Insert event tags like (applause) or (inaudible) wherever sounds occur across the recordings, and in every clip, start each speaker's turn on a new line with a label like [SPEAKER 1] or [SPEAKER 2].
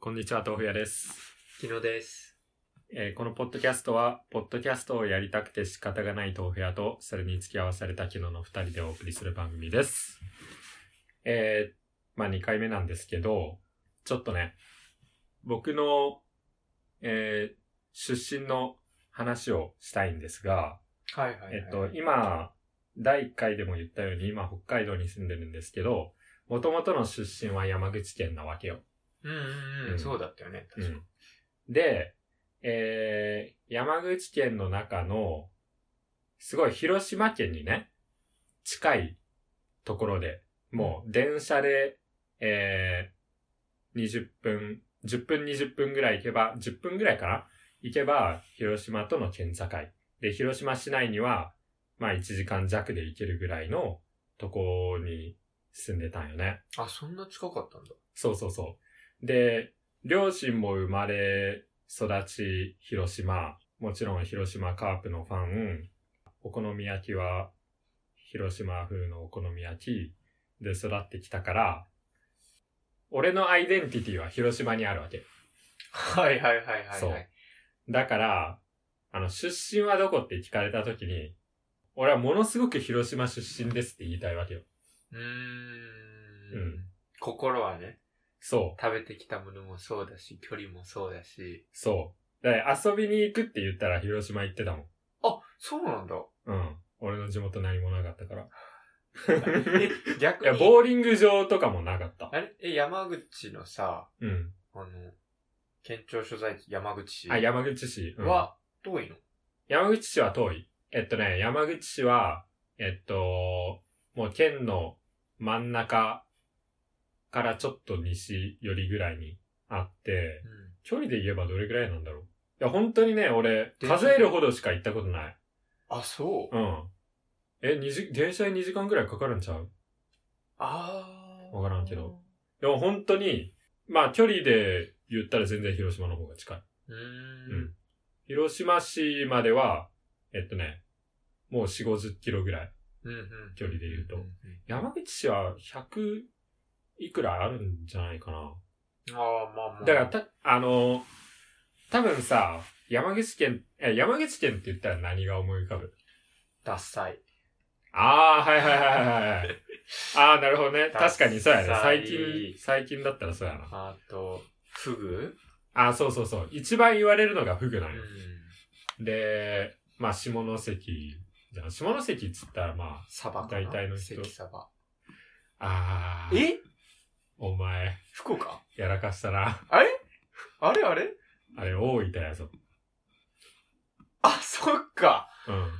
[SPEAKER 1] こんにちは、豆腐屋です。
[SPEAKER 2] 昨日です。
[SPEAKER 1] えーこのポッドキャストは、ポッドキャストをやりたくて仕方がない豆腐屋と、それに付き合わされた昨日の二人でお送りする番組です。えーまあ2回目なんですけど、ちょっとね、僕の、えー出身の話をしたいんですが、
[SPEAKER 2] はいはい、はい。
[SPEAKER 1] えっと、今、第1回でも言ったように、今北海道に住んでるんですけど、もともとの出身は山口県なわけよ。
[SPEAKER 2] うんうん
[SPEAKER 1] う
[SPEAKER 2] うんん、そうだったよね。確か
[SPEAKER 1] で、えー、山口県の中の、すごい広島県にね、近いところで、もう電車で、えー、20分、10分20分ぐらい行けば、10分ぐらいかな行けば、広島との県境。で、広島市内には、まあ1時間弱で行けるぐらいのとこに住んでたんよね。
[SPEAKER 2] あ、そんな近かったんだ。
[SPEAKER 1] そうそうそう。で、両親も生まれ育ち広島、もちろん広島カープのファン、お好み焼きは広島風のお好み焼きで育ってきたから、俺のアイデンティティは広島にあるわけ。
[SPEAKER 2] はいはいはいはい、はい。
[SPEAKER 1] そうだから、あの、出身はどこって聞かれた時に、俺はものすごく広島出身ですって言いたいわけよ。
[SPEAKER 2] うーん,、
[SPEAKER 1] うん
[SPEAKER 2] 心はね、
[SPEAKER 1] そう。
[SPEAKER 2] 食べてきたものもそうだし、距離もそうだし。
[SPEAKER 1] そう。で、遊びに行くって言ったら広島行ってたもん。
[SPEAKER 2] あ、そうなん
[SPEAKER 1] (laughs)
[SPEAKER 2] だ。
[SPEAKER 1] うん。俺の地元何もなかったから。
[SPEAKER 2] え逆
[SPEAKER 1] いや、
[SPEAKER 2] に。
[SPEAKER 1] ボーリング場とかもなかった
[SPEAKER 2] あ。れえ、山口のさ、
[SPEAKER 1] うん。
[SPEAKER 2] あの、県庁所在地、山口市
[SPEAKER 1] あ、山口市。うん、
[SPEAKER 2] は、遠いの
[SPEAKER 1] 山口市は遠い。えっとね、山口市は、えっと、もう県の真ん中からちょっと西寄りぐらいにあって、
[SPEAKER 2] うん。
[SPEAKER 1] 距離で言えばどれぐらいなんだろう。いや、本当にね、俺、
[SPEAKER 2] 電車
[SPEAKER 1] 数えるほどしか行ったことない。
[SPEAKER 2] あ、そう。
[SPEAKER 1] うん。え、二時、電車に2時間ぐらいかかるんちゃう
[SPEAKER 2] あー。
[SPEAKER 1] わからんけど。でも本当に、まあ距離で言ったら全然広島の方が近い。
[SPEAKER 2] うー
[SPEAKER 1] うん
[SPEAKER 2] ん。
[SPEAKER 1] 広島市までは、えっとね、もう4、50キロぐらい。
[SPEAKER 2] うんうん。
[SPEAKER 1] 距離で言うと
[SPEAKER 2] んん
[SPEAKER 1] 山口市は100いくらあるんじゃないかな。
[SPEAKER 2] あー、まあまあ。
[SPEAKER 1] だから、た、あのー、多分さ、山口県、え、山口県って言ったら何が思い浮かぶ
[SPEAKER 2] ダサい。
[SPEAKER 1] ああ、はいはいはいはい (laughs) はい。ああ、なるほどね。
[SPEAKER 2] ダッ
[SPEAKER 1] 確
[SPEAKER 2] サ
[SPEAKER 1] か
[SPEAKER 2] い
[SPEAKER 1] にそうやね。最近、最近だったらそうやな。
[SPEAKER 2] あと、フグ
[SPEAKER 1] ああ、そうそうそう。一番言われるのがフグな
[SPEAKER 2] う
[SPEAKER 1] のよ。
[SPEAKER 2] ん。
[SPEAKER 1] で、まあ、下関、じゃあ下関っつったらまあ、
[SPEAKER 2] サバかな
[SPEAKER 1] 大体の人
[SPEAKER 2] 関サバ。
[SPEAKER 1] ああ、
[SPEAKER 2] え
[SPEAKER 1] お前、
[SPEAKER 2] 福岡
[SPEAKER 1] やらかしたな。
[SPEAKER 2] あれあれ
[SPEAKER 1] あれ、大分やぞ。
[SPEAKER 2] あ、そっか。
[SPEAKER 1] うん。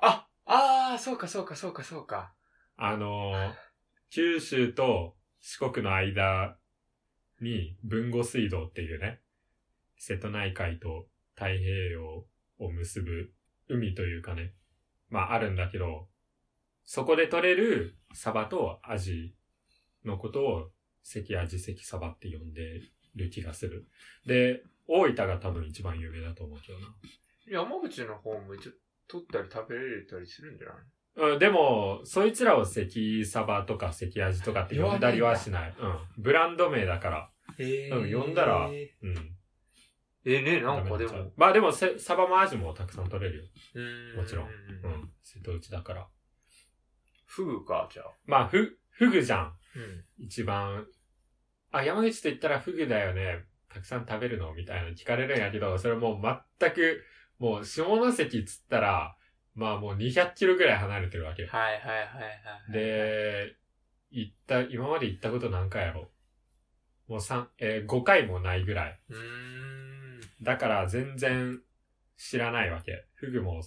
[SPEAKER 2] あ、あー、そうかそうかそうかそうか。
[SPEAKER 1] あのー、九州と四国の間に、豊後水道っていうね、瀬戸内海と太平洋を結ぶ海というかね、まああるんだけど、そこで取れるサバとアジのことを関アジ関サバって呼んでる気がする。で、大分が多分一番有名だと思うけどな。
[SPEAKER 2] 山口の方も一応取ったり食べれたりするんじゃない
[SPEAKER 1] うん、でも、そいつらを関サバとか関味とかって呼んだりはしない。うん。ブランド名だから。
[SPEAKER 2] え
[SPEAKER 1] うん呼んだら
[SPEAKER 2] え
[SPEAKER 1] うん。
[SPEAKER 2] ー、ね、なんかで
[SPEAKER 1] ダメにっちゃ
[SPEAKER 2] も
[SPEAKER 1] う。まあでもせ、サバも味もたくさん取れるよ。
[SPEAKER 2] うー
[SPEAKER 1] もちろんうん。瀬戸内だから。
[SPEAKER 2] フグか、じゃあ。
[SPEAKER 1] まあ、ふ、フグじゃん。
[SPEAKER 2] うん。
[SPEAKER 1] 一番。あ、山口と言ったらフグだよね。たくさん食べるのみたいなの聞かれるんやけど、それもう全く、もう下関っつったら、まあもう200キロぐらい離れてるわけよ。
[SPEAKER 2] はいはいはいはい。、
[SPEAKER 1] で、行った、今まで行ったこと何回やろもう三、えー、5回もないぐらい。
[SPEAKER 2] うーん。
[SPEAKER 1] だから全然知らないわけ。フグも、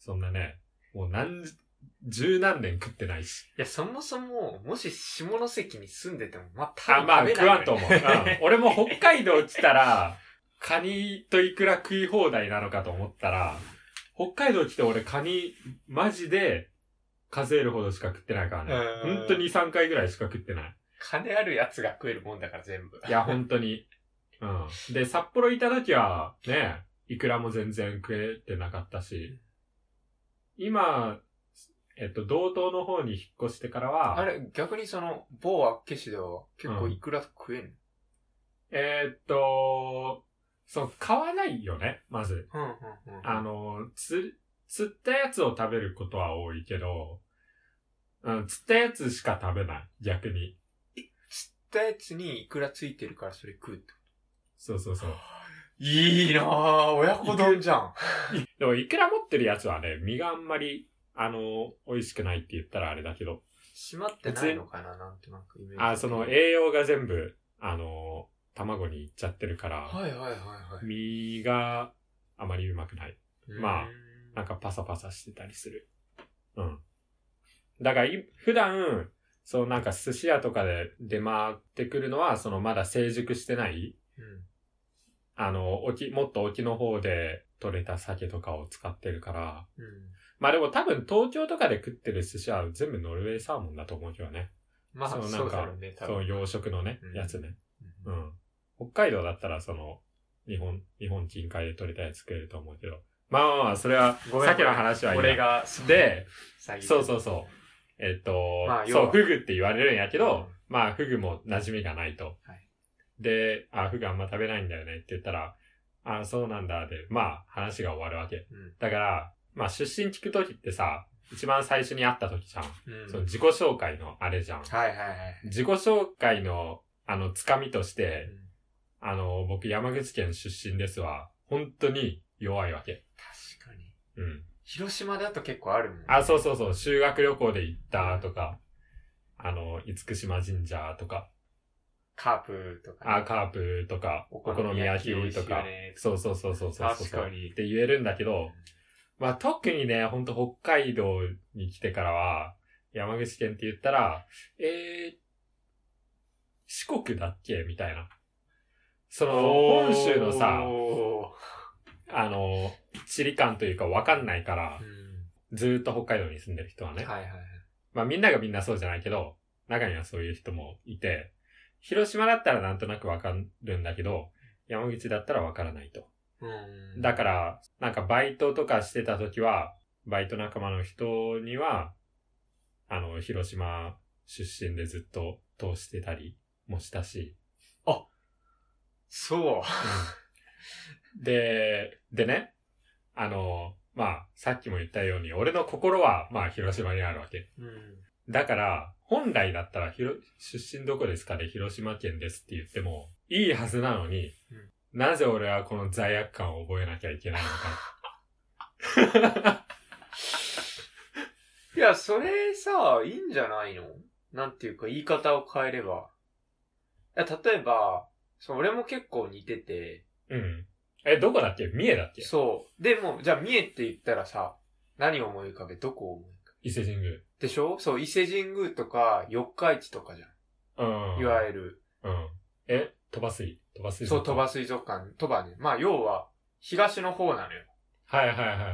[SPEAKER 1] そんなね、もう何十、十何年食ってないし。
[SPEAKER 2] いや、そもそも、もし下関に住んでても、まあ、
[SPEAKER 1] あ、まあ食わんと思う。
[SPEAKER 2] 食べない
[SPEAKER 1] う
[SPEAKER 2] よ (laughs)
[SPEAKER 1] ん
[SPEAKER 2] ね
[SPEAKER 1] 俺も北海道来たら、カニとイクラ食い放題なのかと思ったら、北海道来て俺カニ、マジで数えるほどしか食ってないからね。
[SPEAKER 2] (laughs) うん
[SPEAKER 1] ほんと2、3回ぐらいしか食ってない。
[SPEAKER 2] 金あるやつが食えるもんだから、全部。
[SPEAKER 1] いや、本当に。うん。で、札幌いた時は、ね、いくらも全然食えてなかったし、今、えっと、道東の方に引っ越してからは、
[SPEAKER 2] あれ、逆にその、某厚岸では結
[SPEAKER 1] う
[SPEAKER 2] 構
[SPEAKER 1] ん
[SPEAKER 2] いくら食えんの、
[SPEAKER 1] えーっと、そう、買わないよね、まず。
[SPEAKER 2] うんうんうん。
[SPEAKER 1] あの、釣、釣ったやつを食べることは多いけど、うん、釣ったやつしか食べない、逆に。
[SPEAKER 2] 釣ったやつにいくらついてるからそれ食うってこ
[SPEAKER 1] そうそうそう。
[SPEAKER 2] と。いいなぁ、親子丼じゃん。
[SPEAKER 1] でも、イクラ持ってるやつはね、身があんまり、あの、美味しくないって言ったらあれだけど、
[SPEAKER 2] 閉まってないのかな、なんとなくイメージ。
[SPEAKER 1] あ、その
[SPEAKER 2] え
[SPEAKER 1] 栄養が全部、あの、卵にいっちゃってるから、
[SPEAKER 2] はいはいはいはい。
[SPEAKER 1] 身があまりうまくない。まあ
[SPEAKER 2] うーん、
[SPEAKER 1] なんかパサパサしてたりする。うん。だからい、普段、そうなんか寿司屋とかで出回ってくるのは、そのまだ成熟してない、
[SPEAKER 2] うん
[SPEAKER 1] あの、沖、もっと沖の方で取れた鮭とかを使ってるから、
[SPEAKER 2] うん
[SPEAKER 1] まあでも多分東京とかで食ってる寿司は全部ノルウェーサーモンだと思うけどね。
[SPEAKER 2] まあ、
[SPEAKER 1] そ
[SPEAKER 2] そうう
[SPEAKER 1] なんか
[SPEAKER 2] だろうね、多
[SPEAKER 1] そう、
[SPEAKER 2] 分。
[SPEAKER 1] 養殖のね
[SPEAKER 2] う、ん
[SPEAKER 1] やつね。
[SPEAKER 2] う
[SPEAKER 1] うんん。北海道だったら、その、日本、日本近海で取れたやつ食えると思うけど。まあまあまあ、それは、
[SPEAKER 2] ごめん
[SPEAKER 1] さっきの話はいいや
[SPEAKER 2] 俺が、
[SPEAKER 1] で、
[SPEAKER 2] 最
[SPEAKER 1] そうそうそう。えっと、
[SPEAKER 2] まあ要
[SPEAKER 1] そう、
[SPEAKER 2] は
[SPEAKER 1] フグって言われるんやけど、
[SPEAKER 2] うん
[SPEAKER 1] まあ、フグも馴染みがないと。
[SPEAKER 2] はい
[SPEAKER 1] で、あ、フグあんま食べないんだよねって言ったら、あ、そうなんだ、で、まあ、話が終わるわけ。
[SPEAKER 2] うん
[SPEAKER 1] だから、まあ、出身聞くときってさ、一番最初に会ったときじゃん。
[SPEAKER 2] うん
[SPEAKER 1] その自己紹介のあれじゃん。
[SPEAKER 2] はいはいはい。
[SPEAKER 1] 自己紹介の、あの、つかみとして、
[SPEAKER 2] うん
[SPEAKER 1] あの、僕山口県出身ですわ。本当に弱いわけ。
[SPEAKER 2] 確かに。
[SPEAKER 1] うん。
[SPEAKER 2] 広島だと結構あるもん。
[SPEAKER 1] あ、そうそうそう、修学旅行で行ったとか、あの、厳島神社とか、
[SPEAKER 2] カープとかね、
[SPEAKER 1] あ、カープとか、お
[SPEAKER 2] お
[SPEAKER 1] 好み焼きとか、そうそうそうそうそうそう
[SPEAKER 2] 確かに
[SPEAKER 1] って言えるんだけど、まあ特にね、ほんと北海道に来てからは、山口県って言ったら、えー、四国だっけみたいな。その、本州のさ、
[SPEAKER 2] お
[SPEAKER 1] あの、地理感というかわかんないから
[SPEAKER 2] ー、うん
[SPEAKER 1] ずーっと北海道に住んでる人はね。
[SPEAKER 2] はいはいはい。
[SPEAKER 1] まあみんながみんなそうじゃないけど、中にはそういう人もいて、広島だったらなんとなくわかるんだけど、山口だったらわからないと。
[SPEAKER 2] うん
[SPEAKER 1] だから、なんかバイトとかしてた時は、バイト仲間の人には、あの、広島出身でずっと通してたりもしたし、
[SPEAKER 2] そう。
[SPEAKER 1] で、でね、あの、まあ、さっきも言ったように、俺の心は、まあ、広島にあるわけ。
[SPEAKER 2] うん (laughs)
[SPEAKER 1] だから、本来だったら、ひろ出身どこですかで、広島県ですって言っても、いいはずなのに、なぜ俺はこの罪悪感を覚えなきゃいけないの
[SPEAKER 2] (laughs)
[SPEAKER 1] か。
[SPEAKER 2] いや、それさ、いいんじゃないのなんていうか、言い方を変えれば。いや、例えば、そう俺も結構似てて、
[SPEAKER 1] うん。え、どこだっけ三重だっけ
[SPEAKER 2] そう。でも、じゃあ、三重って言ったらさ、何を思い浮かべ、どこを思い浮か
[SPEAKER 1] 伊勢神宮。
[SPEAKER 2] べ。でしょそう、伊勢神宮とか、四日市とかじゃ
[SPEAKER 1] うん。
[SPEAKER 2] ん。いわゆる、
[SPEAKER 1] うん。え、鳥羽水鳥羽水
[SPEAKER 2] そう、
[SPEAKER 1] 族
[SPEAKER 2] 鳥
[SPEAKER 1] 館
[SPEAKER 2] 羽水族館、鳥羽ね。まあ、要は、東の方なのよ。
[SPEAKER 1] はいはいはいはいは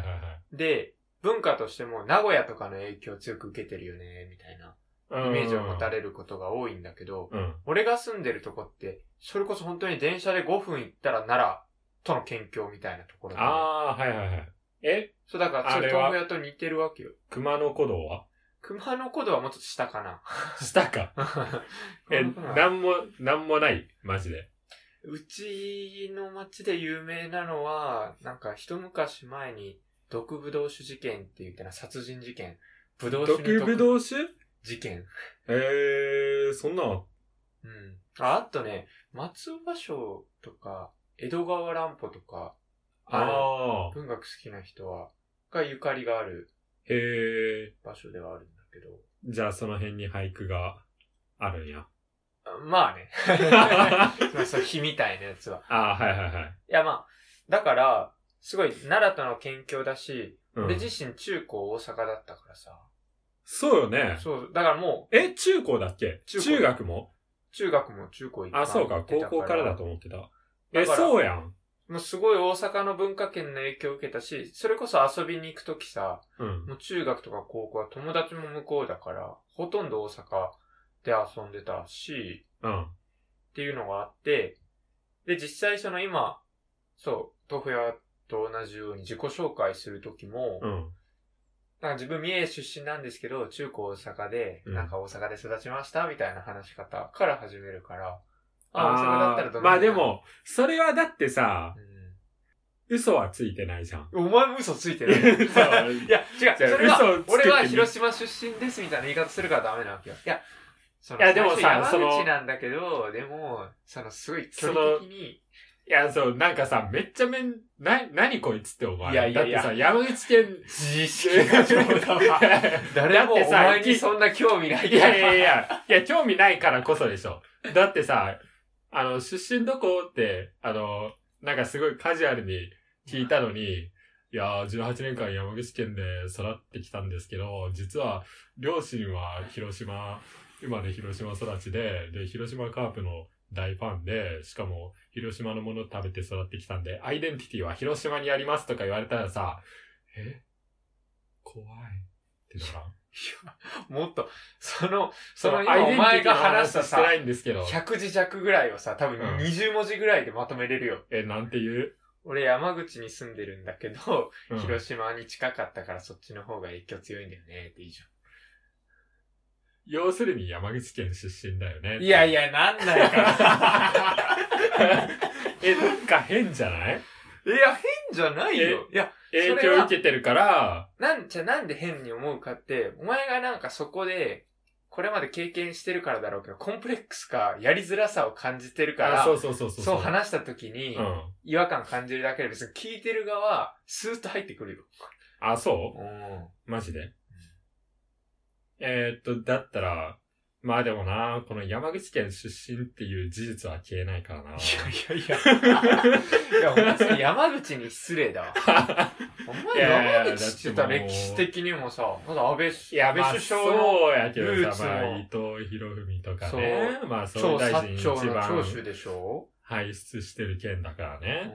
[SPEAKER 1] い。
[SPEAKER 2] で、文化としても、名古屋とかの影響を強く受けてるよね、みたいな、イメージを持た
[SPEAKER 1] れ
[SPEAKER 2] れることが多いんだけど、
[SPEAKER 1] うん。
[SPEAKER 2] 俺が住んでるとこって、それこそ本当に電車で5分行ったら奈良との県境みたいなところで、
[SPEAKER 1] ああ、はいはいはい。え、
[SPEAKER 2] そう、だから、それ
[SPEAKER 1] あれは
[SPEAKER 2] 豆腐屋と似てるわけよ。
[SPEAKER 1] 熊野古道は (laughs)
[SPEAKER 2] 熊野古道はもうちょっと下かな。 (laughs)
[SPEAKER 1] したか。え、なんも、なんもない。マジで。
[SPEAKER 2] うちの町で有名なのは、なんか一昔前に、毒ブドウ酒事件って言ってな、殺人事件。ブドウ酒に
[SPEAKER 1] 毒ぶ
[SPEAKER 2] 毒
[SPEAKER 1] どう酒
[SPEAKER 2] 事件。
[SPEAKER 1] えー、そんなの
[SPEAKER 2] うん。あ、あとね、松尾芭蕉とか、江戸川乱歩とか、あの
[SPEAKER 1] ああ。
[SPEAKER 2] 文学好きな人は、がゆかりがある
[SPEAKER 1] へえ。
[SPEAKER 2] 場所ではあるんだけど。
[SPEAKER 1] じゃあその辺に俳句があるんや。
[SPEAKER 2] あ
[SPEAKER 1] (laughs)
[SPEAKER 2] まあね。
[SPEAKER 1] あ
[SPEAKER 2] まあ、そう、火みたいなやつは。
[SPEAKER 1] あ、はいはいはい。
[SPEAKER 2] いや、まあ、だから、すごい、奈良との県境だし、
[SPEAKER 1] うん
[SPEAKER 2] 俺自身中高大阪だったからさ。
[SPEAKER 1] そうよね。
[SPEAKER 2] そう、だからも
[SPEAKER 1] え、中高だっけ
[SPEAKER 2] 中
[SPEAKER 1] 中
[SPEAKER 2] 高
[SPEAKER 1] 学も
[SPEAKER 2] う、中学も中高一貫
[SPEAKER 1] あ、そう
[SPEAKER 2] 行
[SPEAKER 1] か
[SPEAKER 2] っ。て
[SPEAKER 1] 高
[SPEAKER 2] た
[SPEAKER 1] 校からだと。思ってた。え、
[SPEAKER 2] だから
[SPEAKER 1] そうやん。
[SPEAKER 2] もうすごい大阪の文化圏の影響を受けたし、それこそ遊びに行くときさ、
[SPEAKER 1] うん。
[SPEAKER 2] もう中学とか高校は友達も向こうだから、ほとんど大阪で遊んでたし、
[SPEAKER 1] うん。
[SPEAKER 2] っていうのがあって、で、実際その今、そう、豆腐屋と同じように自己紹介するときも、
[SPEAKER 1] うん。
[SPEAKER 2] なんか自分三重出身なんですけど、中高大阪で、
[SPEAKER 1] うん
[SPEAKER 2] なんか大阪で育ちましたみたいな話し方から始めるから、あ、大阪だったらど
[SPEAKER 1] あーまあで、も、それはだってさ
[SPEAKER 2] う、ん
[SPEAKER 1] 嘘はついてないじゃ (laughs) ん。
[SPEAKER 2] お前も嘘つ (laughs) いてる。い
[SPEAKER 1] 嘘は
[SPEAKER 2] や、違う。それは、
[SPEAKER 1] 嘘をつけてみ
[SPEAKER 2] 俺は広島出身ですみたいな言い方するからダメなわけよ。いや、その、
[SPEAKER 1] いやでもさ
[SPEAKER 2] 最初
[SPEAKER 1] その
[SPEAKER 2] 山口なんだけど、でも、その、すごい距
[SPEAKER 1] そ
[SPEAKER 2] 離
[SPEAKER 1] の
[SPEAKER 2] 的に、
[SPEAKER 1] いや、そう、なんかさ、めっちゃめん、な、なにこいつって思われる。
[SPEAKER 2] いやいやいや
[SPEAKER 1] だってさ、山口
[SPEAKER 2] (laughs)
[SPEAKER 1] 県、
[SPEAKER 2] 自意識が上手だわ。
[SPEAKER 1] い
[SPEAKER 2] (laughs) 誰
[SPEAKER 1] だっ
[SPEAKER 2] も
[SPEAKER 1] て
[SPEAKER 2] お
[SPEAKER 1] さ
[SPEAKER 2] 前にそんな興味ないから。
[SPEAKER 1] やいやいや、いや、興味ないからこそでしょ。だってさ、あの、出身どこって、あの、なんかすごいカジュアルに聞いたのに、いやー、18年間山口県で育ってきたんですけど、実は、両親は広島、今ね、広島育ちで、で、広島カープの大ファンで、しかも、広島のもの食べて育ってきたんで、アイデンティティは広島にありますとか言われたらさ、え怖いってならん
[SPEAKER 2] もっと、その、
[SPEAKER 1] そ
[SPEAKER 2] そ
[SPEAKER 1] の
[SPEAKER 2] の
[SPEAKER 1] アイ
[SPEAKER 2] 今お
[SPEAKER 1] デンティ
[SPEAKER 2] 前
[SPEAKER 1] ティの
[SPEAKER 2] が
[SPEAKER 1] 話
[SPEAKER 2] 話
[SPEAKER 1] し
[SPEAKER 2] した
[SPEAKER 1] て
[SPEAKER 2] さ、
[SPEAKER 1] ないんですけど。
[SPEAKER 2] 100字弱ぐらいをさ、多分
[SPEAKER 1] うん
[SPEAKER 2] 20文字ぐらいでまとめれるよ。
[SPEAKER 1] え、なんて言う、
[SPEAKER 2] 俺山口に住んでるんだけど、
[SPEAKER 1] うん
[SPEAKER 2] 広島に近かったからそっちの方が影響強いんだよねっていいじ
[SPEAKER 1] 要するに山口県出身だよね
[SPEAKER 2] ゃん。。いやいや、なんないから。
[SPEAKER 1] (laughs) え、なんか変じゃない
[SPEAKER 2] いや、変じゃないよ。いや、
[SPEAKER 1] 影
[SPEAKER 2] それは
[SPEAKER 1] 響受けてるから、
[SPEAKER 2] なん、じゃあなんで変に思うかって、お前がなんかそこで、これまで経験してるからだろうけど、コンプレックスか、やりづらさを感じてるから、
[SPEAKER 1] あそうそうそうそう。
[SPEAKER 2] そう話した時に、
[SPEAKER 1] うん。
[SPEAKER 2] 違和感感じるだけで別に聞いてる側、スーッと入ってくるよ。
[SPEAKER 1] あ、そ
[SPEAKER 2] うん。
[SPEAKER 1] うマジでえーっと、だったら、まあでもな、この山口県出身っていう事実は消えないからな。
[SPEAKER 2] いやいやいや。いや、お前山口に失礼
[SPEAKER 1] (laughs)
[SPEAKER 2] だわ。お
[SPEAKER 1] いやい
[SPEAKER 2] 前
[SPEAKER 1] や
[SPEAKER 2] 山口って言ったら歴史的にもさ、まだ安倍、
[SPEAKER 1] いや、
[SPEAKER 2] 安倍
[SPEAKER 1] まあ、
[SPEAKER 2] 首
[SPEAKER 1] そ
[SPEAKER 2] 相
[SPEAKER 1] うやけ
[SPEAKER 2] ルー
[SPEAKER 1] ど
[SPEAKER 2] ツ
[SPEAKER 1] さ、
[SPEAKER 2] の
[SPEAKER 1] まあ、伊藤博文とかね、まあ、総
[SPEAKER 2] の超
[SPEAKER 1] 理大
[SPEAKER 2] 薩
[SPEAKER 1] 臣
[SPEAKER 2] 長
[SPEAKER 1] 一
[SPEAKER 2] の
[SPEAKER 1] 番
[SPEAKER 2] 長州でしょ
[SPEAKER 1] 輩出してる県だから
[SPEAKER 2] うん。
[SPEAKER 1] ね。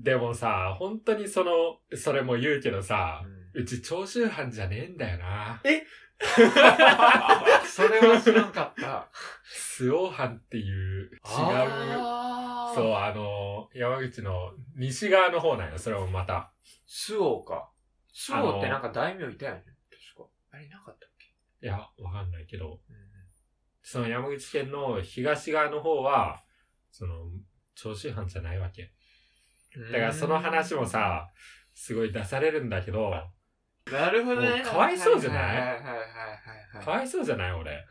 [SPEAKER 1] でもさ、本当にその、それも言うけどさ、うち長州藩じゃねえんだよな。
[SPEAKER 2] それは知らんかった。
[SPEAKER 1] 周防藩っていう、違う、
[SPEAKER 2] あー
[SPEAKER 1] そう、あの、山口の西側の方なんよ、それもまた。
[SPEAKER 2] 周防か。周防ってなんか大名いたよね。確か。あれいなかったっけ
[SPEAKER 1] いや、わかんないけど、
[SPEAKER 2] うん
[SPEAKER 1] その山口県の東側の方は、その、長州藩じゃないわけ。だからその話もさ、すごい出されるんだけど、
[SPEAKER 2] なるほどね。
[SPEAKER 1] もうかわいそうじゃない
[SPEAKER 2] はいはいはいはい
[SPEAKER 1] か
[SPEAKER 2] はい。
[SPEAKER 1] わいそうじゃない俺。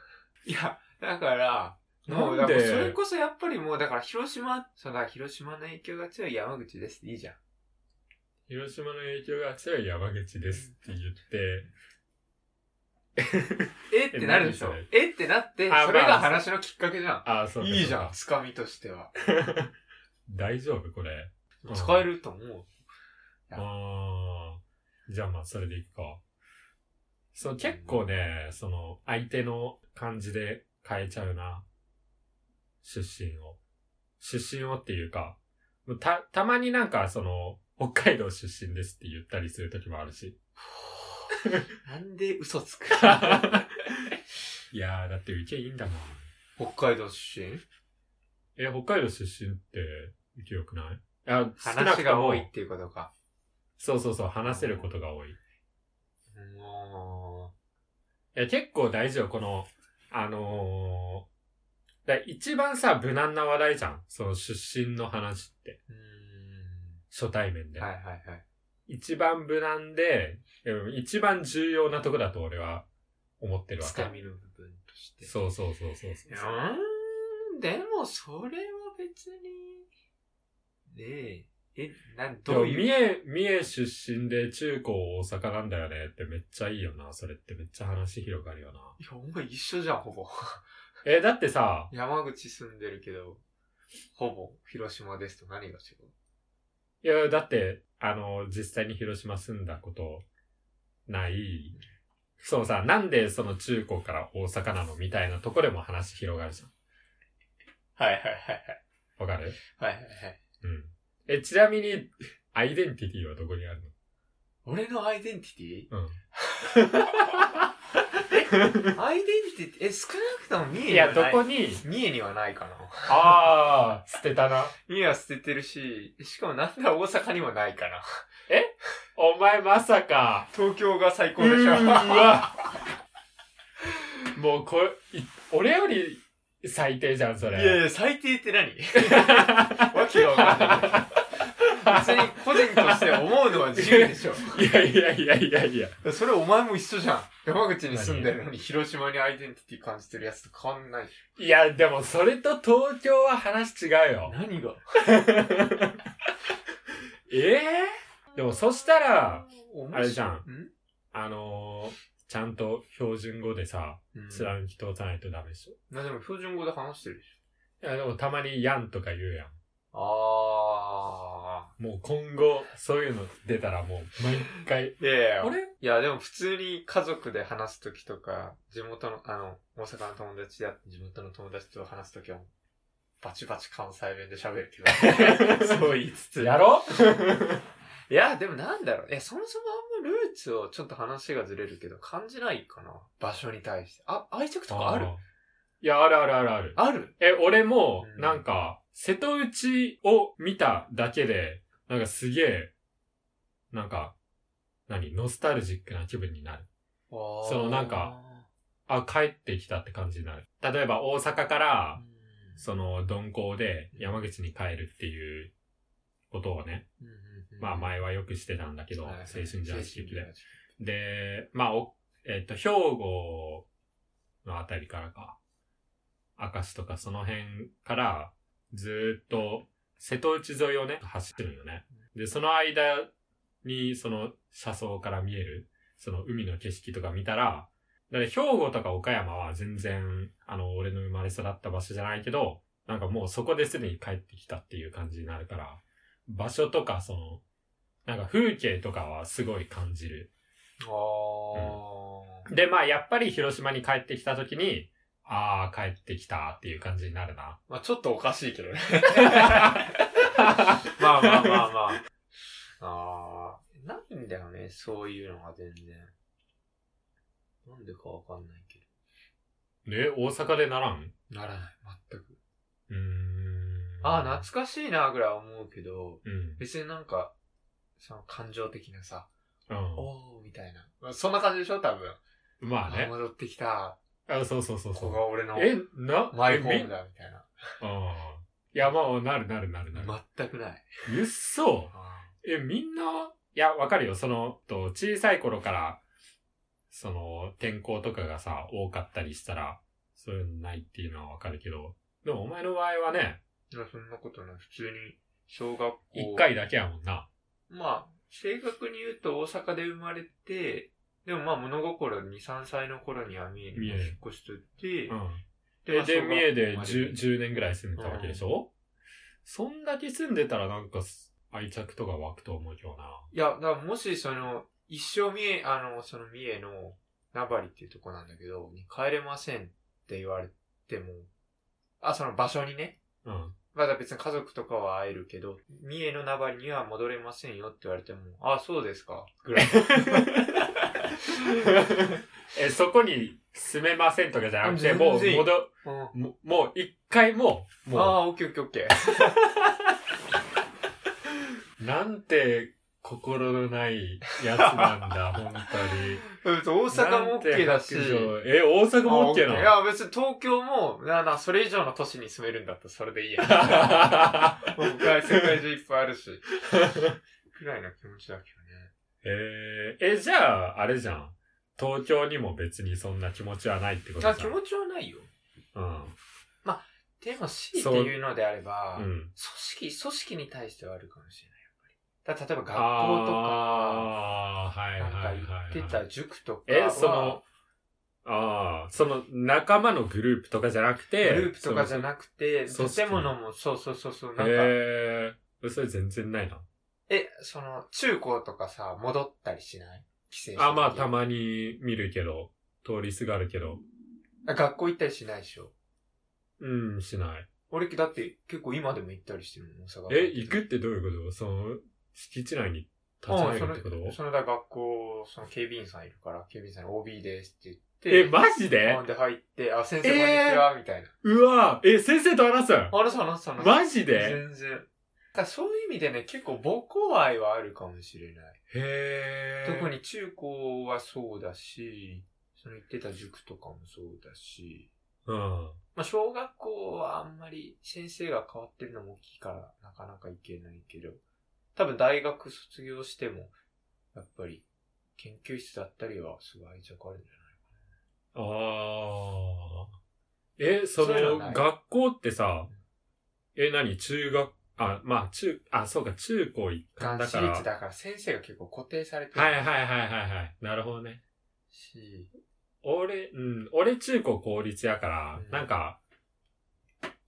[SPEAKER 2] いや、だから、もう、
[SPEAKER 1] なん
[SPEAKER 2] だからそれ
[SPEAKER 1] で、
[SPEAKER 2] こそやっぱりもう、だから広島、そうだ、広島の影響が強い山口です。いいじゃん。
[SPEAKER 1] 広島の影響が強い山口ですって言って、
[SPEAKER 2] えってなるでしょ
[SPEAKER 1] え何。
[SPEAKER 2] えってなって、
[SPEAKER 1] あ
[SPEAKER 2] それ
[SPEAKER 1] ま
[SPEAKER 2] が
[SPEAKER 1] あ
[SPEAKER 2] 話のきっかけじゃん。
[SPEAKER 1] あ、そうか
[SPEAKER 2] いいじ
[SPEAKER 1] そう
[SPEAKER 2] ゃん、
[SPEAKER 1] か
[SPEAKER 2] つかみとしては。
[SPEAKER 1] 大丈夫これ。うん
[SPEAKER 2] 使えると思う。
[SPEAKER 1] あーじゃあまあ、それでいくか。そう、結構ね、その、相手の感じで変えちゃうな。出身を。出身をっていうか、もうた、たまになんか、その、北海道出身ですって言ったりする時もあるし。
[SPEAKER 2] (laughs) なんで嘘つく
[SPEAKER 1] いやー、だって受けいいんだもん。
[SPEAKER 2] (laughs) 北海道出身
[SPEAKER 1] え、北海道出身って受け良くないあ、少なく
[SPEAKER 2] 話
[SPEAKER 1] と
[SPEAKER 2] が
[SPEAKER 1] も
[SPEAKER 2] 多いっ。ていうことか。
[SPEAKER 1] そうそうそう、話せることが多い。
[SPEAKER 2] も
[SPEAKER 1] いや、結構大事よ、この、あのー、だ一番さ、無難な話題じゃん。その出身の話って。
[SPEAKER 2] う、う
[SPEAKER 1] 初対面で。
[SPEAKER 2] ーん。はいはいはい。
[SPEAKER 1] 一番無難で、うん一番重要なとこだと俺は思ってるわ
[SPEAKER 2] つ
[SPEAKER 1] け
[SPEAKER 2] か。みの部分として。
[SPEAKER 1] そうそうそうそうそう
[SPEAKER 2] うーん、でもそれは別に。ねえ、え、なん、どう
[SPEAKER 1] でも三
[SPEAKER 2] いう。
[SPEAKER 1] 重、三重出身で中高大阪なんだよねってめっちゃいいよな。それってめっちゃ話広がるよな。
[SPEAKER 2] いや、お前一緒じゃん、ほぼ。 (laughs)
[SPEAKER 1] え、だってさ、
[SPEAKER 2] 山口住んでるけど、ほぼ広島ですと何が違う
[SPEAKER 1] いや、だって、あの、実際に広島住んだことない。そうさ、なんでその中高から大阪なのみたいなとこでも話広がるじゃん。
[SPEAKER 2] はいはい
[SPEAKER 1] わかる
[SPEAKER 2] はいはい。はいはいはい。
[SPEAKER 1] うん。え、ちなみに、アイデンティティはどこにある
[SPEAKER 2] 俺のアイデンティテ
[SPEAKER 1] の
[SPEAKER 2] ィアイデンティティ、え、少なくとも三
[SPEAKER 1] う
[SPEAKER 2] 重
[SPEAKER 1] ん。
[SPEAKER 2] に
[SPEAKER 1] いや、
[SPEAKER 2] は
[SPEAKER 1] ど
[SPEAKER 2] ない。
[SPEAKER 1] こに、
[SPEAKER 2] 三重にはないかな。
[SPEAKER 1] ああ、捨てたな。
[SPEAKER 2] 三重は捨ててるし、しかもなんだ大阪にもないかな。
[SPEAKER 1] お前まさか。
[SPEAKER 2] 東京が最高
[SPEAKER 1] う
[SPEAKER 2] でしょ。
[SPEAKER 1] ーわ。もうこれ、い俺より最低じゃん、それ。
[SPEAKER 2] (laughs) いやいや、最低って何わけがわかんない。別に個人として思うのは自由でしょ。
[SPEAKER 1] いやいやいやいやいや。
[SPEAKER 2] それお前も一緒じゃん。山口に住んでるのに広島にアイデンティティ感じてるやつと変わんないでし
[SPEAKER 1] いや、でもそれと東京は話違う
[SPEAKER 2] ょ。
[SPEAKER 1] よ。
[SPEAKER 2] 何が
[SPEAKER 1] ええでもそしたら、あれじゃん
[SPEAKER 2] ん。
[SPEAKER 1] あのーちゃんと標準語でさ、
[SPEAKER 2] うん
[SPEAKER 1] 貫き通さないとダメでしょ。
[SPEAKER 2] まあでも標準語で話してるでし
[SPEAKER 1] いや、でもたまにやんとか言うやん。
[SPEAKER 2] ょ。あ
[SPEAKER 1] もう今後、そういうの出たらもう毎
[SPEAKER 2] (laughs)
[SPEAKER 1] 回。
[SPEAKER 2] ー。いやいや。
[SPEAKER 1] あれ
[SPEAKER 2] いや、でも普通に家族で話すときとか、地元の、あの、大阪の友達や地元の友達と話すときは、バチバチ関西弁で喋るけ
[SPEAKER 1] (laughs)
[SPEAKER 2] ど、そう言いつつ。
[SPEAKER 1] やろ
[SPEAKER 2] いや、でもなんだろう。いや、そもそもあんまルーツをちょっと話がずれるけど、感じないかな。場所に対して。あ、愛着とかある
[SPEAKER 1] ーいや、あるあるあるある。
[SPEAKER 2] ある
[SPEAKER 1] え、俺も
[SPEAKER 2] う、ん
[SPEAKER 1] なんか、瀬戸内を見ただけで、なんかすげえ、なんか、何ノスタルジックな気分になる。
[SPEAKER 2] そ
[SPEAKER 1] そうなんか。あ、帰ってきたって感じになる。例えば大阪から、
[SPEAKER 2] うん
[SPEAKER 1] その、鈍行で山口に帰るっていうことをね、
[SPEAKER 2] うんうんうん
[SPEAKER 1] まあ前はよくしてたんだけど、青
[SPEAKER 2] はい
[SPEAKER 1] 春
[SPEAKER 2] はい
[SPEAKER 1] 18期
[SPEAKER 2] 青
[SPEAKER 1] で
[SPEAKER 2] 春。
[SPEAKER 1] で、まあ、お、えっ、と、兵庫のあたりからか、明石とかその辺から、ずーっと、瀬戸内沿いをね、走ってるよね。で、その間に、その、車窓から見える、その海の景色とか見たら、だから兵庫とか岡山は全然、あの、俺の生まれ育った場所じゃないけど、なんかもうそこですでに帰ってきたっていう感じになるから、場所とかその、なんか風景とかはすごい感じる。
[SPEAKER 2] あ
[SPEAKER 1] で、まあ、やっぱり広島に帰ってきた時に、ああ、帰ってきたっていう感じになる
[SPEAKER 2] (laughs)
[SPEAKER 1] な。 (laughs)
[SPEAKER 2] ー。まあちょっとおかしいけどね。まあまあまあまあ。あーないんだよね、そういうのが全然。なんでかわかんないけ
[SPEAKER 1] で、大阪でならん
[SPEAKER 2] ど。ならない、全く。
[SPEAKER 1] うーん。
[SPEAKER 2] ああ、懐かしいな、ぐらいは思うけど、
[SPEAKER 1] うん。
[SPEAKER 2] 別になんか、その感情的なさ、
[SPEAKER 1] う
[SPEAKER 2] おーみたいな。まあそんな感じでしょ、多分。
[SPEAKER 1] ん。まあ
[SPEAKER 2] あ
[SPEAKER 1] ね。
[SPEAKER 2] 戻ってきた、
[SPEAKER 1] あそうそうそうそ
[SPEAKER 2] こ
[SPEAKER 1] う。
[SPEAKER 2] こが俺の
[SPEAKER 1] え、な、
[SPEAKER 2] マイホ
[SPEAKER 1] み
[SPEAKER 2] ームだ、みたいな。
[SPEAKER 1] うん。いや、まあ、なるなるなるなる。
[SPEAKER 2] 全くない。
[SPEAKER 1] うっそ。
[SPEAKER 2] あ
[SPEAKER 1] え、みんな、いや、わかるよ。その、と小さい頃から、その、転校とかがさ、多かったりしたら、そういうのないっていうのはわかるけど、でもお前の場合はね、
[SPEAKER 2] ーいや、そんなことない。普通に、小学校。
[SPEAKER 1] 一回だけやもんな。
[SPEAKER 2] まあ、正確に言うと大阪で生まれて、でもまあ物心2、3歳の頃には三重に
[SPEAKER 1] 三重
[SPEAKER 2] 引っ越しといて、
[SPEAKER 1] うん。
[SPEAKER 2] ま
[SPEAKER 1] で、
[SPEAKER 2] あ
[SPEAKER 1] で、三重で
[SPEAKER 2] 小学校ま
[SPEAKER 1] 10, 10年ぐらい住んでたわけでしょ、そんだけ住んでたらなんかす愛着とか湧くと思うけどな。
[SPEAKER 2] いや、だからもしその、一生三重、あの、その三重の名張っていうとこなんだけど、に帰れませんって言われても、あ、その場所にね、
[SPEAKER 1] うん。
[SPEAKER 2] まだ別に家族とかは会えるけど、三重の名張には戻れませんよって言われても、あ、そうですか、ぐらい。
[SPEAKER 1] え、そこに住めませんとかじゃなくて、
[SPEAKER 2] あ
[SPEAKER 1] もう
[SPEAKER 2] 全然いい
[SPEAKER 1] 戻、 (laughs)
[SPEAKER 2] うん
[SPEAKER 1] ももう一回も、
[SPEAKER 2] あ
[SPEAKER 1] も
[SPEAKER 2] あ、オッケーオッケーオッケー。
[SPEAKER 1] う、なんて心のないやつなん (laughs) だ、本
[SPEAKER 2] うん大
[SPEAKER 1] 当に。
[SPEAKER 2] 阪も OK だし。
[SPEAKER 1] なんて白状え、大阪も OK
[SPEAKER 2] あ OK
[SPEAKER 1] (laughs)
[SPEAKER 2] い
[SPEAKER 1] なの
[SPEAKER 2] や、別に東京も、なな、それ以上の都市に住めるんだったらそれでいいや。
[SPEAKER 1] (laughs)
[SPEAKER 2] もう外世界中いっぱいあるし。くらいな気持ちだけ
[SPEAKER 1] えーえ、じゃあ、あれじゃん。東京にも別にそんな気持ちはないってことじゃ
[SPEAKER 2] どね。あ、
[SPEAKER 1] ん。
[SPEAKER 2] 気持ちはないよ。
[SPEAKER 1] うん。
[SPEAKER 2] でも C っていうのであれば、
[SPEAKER 1] う
[SPEAKER 2] 組
[SPEAKER 1] ん。
[SPEAKER 2] 織、組織に対してはあるかもしれない、やっぱり。だ例えば学校とか、
[SPEAKER 1] ああ、はい
[SPEAKER 2] な
[SPEAKER 1] は
[SPEAKER 2] ん
[SPEAKER 1] いは
[SPEAKER 2] か
[SPEAKER 1] いはい。
[SPEAKER 2] 行ってた塾とかは、
[SPEAKER 1] え、その、ああ、その仲間のグループとかじゃなくて、
[SPEAKER 2] グループとかじゃ
[SPEAKER 1] く
[SPEAKER 2] なくて、
[SPEAKER 1] その
[SPEAKER 2] 建物も、そうそうそうそう、なんか、
[SPEAKER 1] へえ、それ全然ないな。
[SPEAKER 2] え、その、中高とかさ、戻ったりしない帰省
[SPEAKER 1] あ、まあた
[SPEAKER 2] に。
[SPEAKER 1] まに見るけど、通りすがるけど、
[SPEAKER 2] あ学校行ったりしないでしょ。
[SPEAKER 1] うん、しない。
[SPEAKER 2] 俺、だって結構今でも行ったりしてるもん、大阪。
[SPEAKER 1] え、行くってどういうことその、敷地内に立ち上げるってこ
[SPEAKER 2] うん
[SPEAKER 1] と
[SPEAKER 2] そのそのだ学校、その警備員さんいるから、警備員さんに OB ですって言
[SPEAKER 1] え、
[SPEAKER 2] って、
[SPEAKER 1] マジで
[SPEAKER 2] ほんで入って、あ、先生こんにちは、みたいな。
[SPEAKER 1] うわえ、先生と話す
[SPEAKER 2] あれさ、話さ、話さ。
[SPEAKER 1] マジで
[SPEAKER 2] 全然。だからそういう意味でね、結構母校愛はあるかもしれない。
[SPEAKER 1] へえ。
[SPEAKER 2] 特に中高はそうだし、その行ってた塾とかもそうだし、
[SPEAKER 1] うん。
[SPEAKER 2] まあ、小学校はあんまり先生が変わってるのも大きいから、なかなか行けないけど、多分大学卒業しても、やっぱり、研究室だったりは、すごい愛着あるんじゃない
[SPEAKER 1] ああ。え、そ
[SPEAKER 2] そういうの
[SPEAKER 1] の、
[SPEAKER 2] ない
[SPEAKER 1] 学校ってさ、え、何中学、あ、まあ、中、あ、そうか、中高一貫だ
[SPEAKER 2] 私
[SPEAKER 1] から。
[SPEAKER 2] 立だから先生が結構固定されて
[SPEAKER 1] はいはいはいはいはい。なるほどね。
[SPEAKER 2] し、
[SPEAKER 1] 俺、うん、俺中高公立やから、
[SPEAKER 2] うん
[SPEAKER 1] なんか、